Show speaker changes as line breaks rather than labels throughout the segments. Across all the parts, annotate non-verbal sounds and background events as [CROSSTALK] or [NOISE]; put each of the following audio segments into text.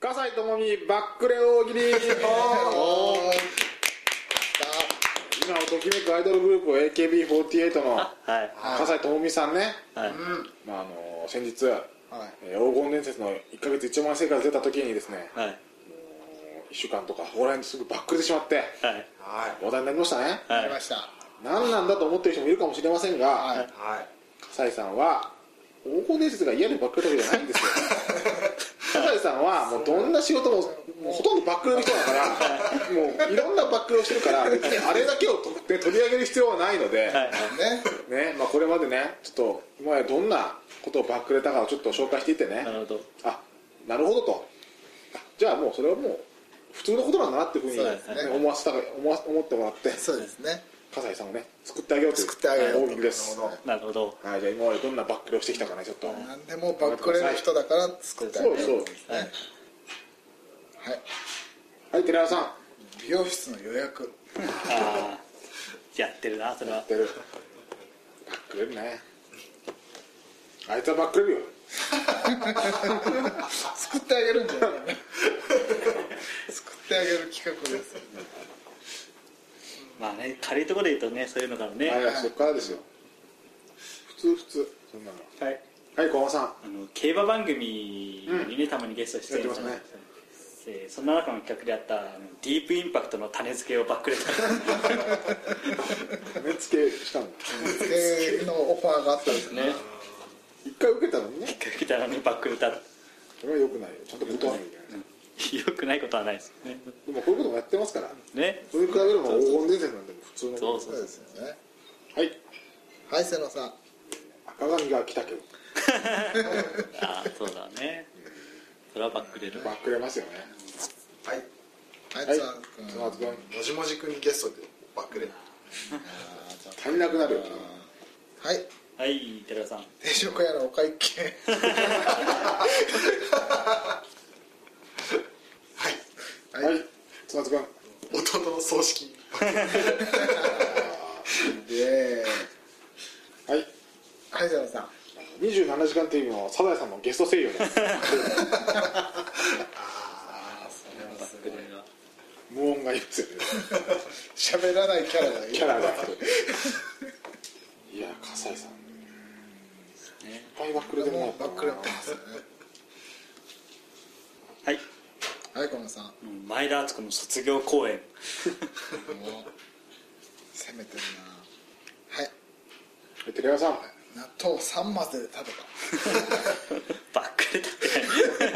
笠井智美バックレ大喜利おー今をときめくアイドルグループ AKB48 の
はい
笠井智美さんね、
はい
まあ、あの先日、
はい
えー黄金伝説の1ヶ月1万生活出た時にですね
はい
1週間とかそこら辺ですぐバックれてしまって
はい
はい
話題になりましたね、
あ
は
り
い
ました
何なんだと思ってる人もいるかもしれませんが、
はい
はい
笠井さんは黄金伝説が嫌でバックレたわけじゃないんです
[LAUGHS]
よ笠井さんはもうどんな仕事ももうほとんどバックレの人だからもういろんなバックレをしてるから別にあれだけをと、ね、取り上げる必要はないので、
はい
ね
ねまあ、これまでねちょっと今までどんなことをバックレたかをちょっと紹介していってね
なるほど
あなるほどとあじゃあもうそれはもう普通のことなんだなっていうふうに
そうです
ね、
ね
思わせた思わ思ってもらって
そうですね
笠井さんをね作ってあげようという
作ってあげようと
大喜利です、
なるほ
なるほど
はい、じゃあ今までどんなバックレをしてきたかねちょっと、
何でもバックレる人だから作ってあげ
そう
る
そう
はい
はい
はい寺田さん
美容室の予約
ああやってるなそれは
出るバックレるねあいつはバックレるよ
作ってあげるんじゃない作ってあげる企画です
まあね軽いところで言うとねそういうのからね
はいそっからですよ普通普通そんなの
はい
はい小浜さん
あの競馬番組にね、たまにゲスト出演さ
や
れて
って
ますねでそんな中の企画であったあのディープインパクトの種付けをバックレた
目付けしたんだ
付けのオファーがあったんですね
ね
一回受けたのにね
来たのにバックレたよ
それはよくないよちゃんと断らなきゃいけない
くないことはないですよね
でもこういうこともやってますから
ね
それに比べれば黄金伝説なんでも普通の
そう
そ
そうう
ですよね
はい
はい瀬野さん
赤髪が来たけど
ああそうだねそれはバックレる
バックレますよね
はい
は
は
い
い
ツアー君
その後君
もじもじくんゲストでバックレ
足りなくなるよ
はい
はい寺田さん
定食屋のお会計はい
はいつまつくん
弟の葬式
で
はい
はい瀬野さん
27時間テレビのサザエさんのゲスト声優です [LAUGHS]
バックレるは
無音がいいですよね
喋らないキャラだよ
キャラがいや笠井さんいっぱいバックルでもら
も
っ
う
た
バ
な
ックレやってますよね
はい
はいこのさんも
前田敦子の卒業公演
う攻めてるなはい
えテレワさん
納豆3マスで食べた
バックレたって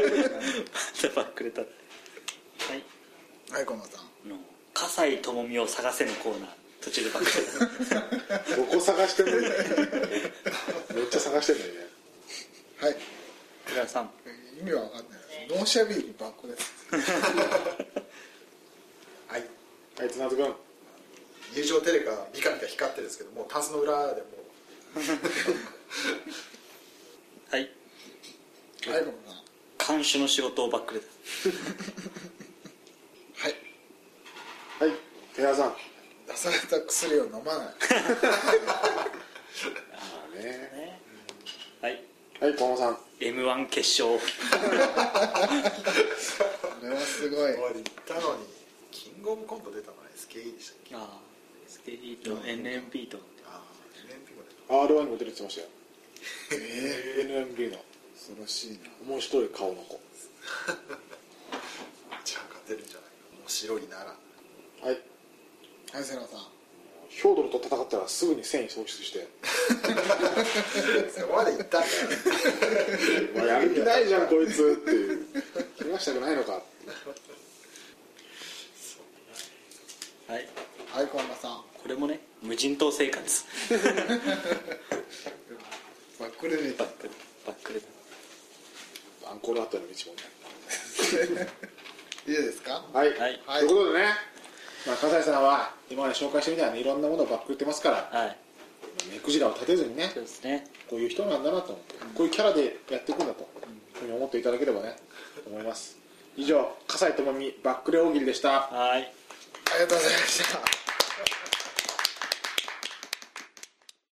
何またバックレたってはい
はいこのさん
あの葛西智美を探せのコーナー途中でバックレた
どこ探してんのにめっちゃ探してんのにね
はい
寺田さん
意味は分かんないですノーシャビーにバックです
はい
はいつなずくん
友情テレカビカビカ光ってるんですけどもうタンスの裏でもう
は
は
い
いこのさん
監修の仕事をバックレた
はい
はいテレワさんあ
出された薬を飲まない
ーね
はい
はい小浜さん
m 1決勝
これはすごい
今まで行ったのにキングオブコント出たのは SKE でしたっけ
ああスケリーと NMP と
ああ NMP も出た
R1 にも出るって言ってましたよ
え
NMB の
ー、恐ろしいな
面白い顔の子
ちゃん勝てるんじゃないか面白いなら
はい
はい瀬野さん
ヒョードルと戦ったらすぐに戦意喪失して
[LAUGHS] そこまで行ったんだよ
「まあやる気ないじゃんこいつ」って [LAUGHS] いう「怪我したくないのか」
はい
はいこのさん
これもね無人島生活
バックレれた
バックレバックレた
アンコールアットの道もね
いいですか
はい、
はい
ということでね、まあ、笠井さんは今まで紹介してみたようにいろんなものをバックってますから
はい
目くじらを立てずにね
そうですね
こういう人なんだなと思ってこういうキャラでやっていくんだと、うふうに思っていただければね思います以上笠井智美バックレ大喜利でした
はい
ありがとうございました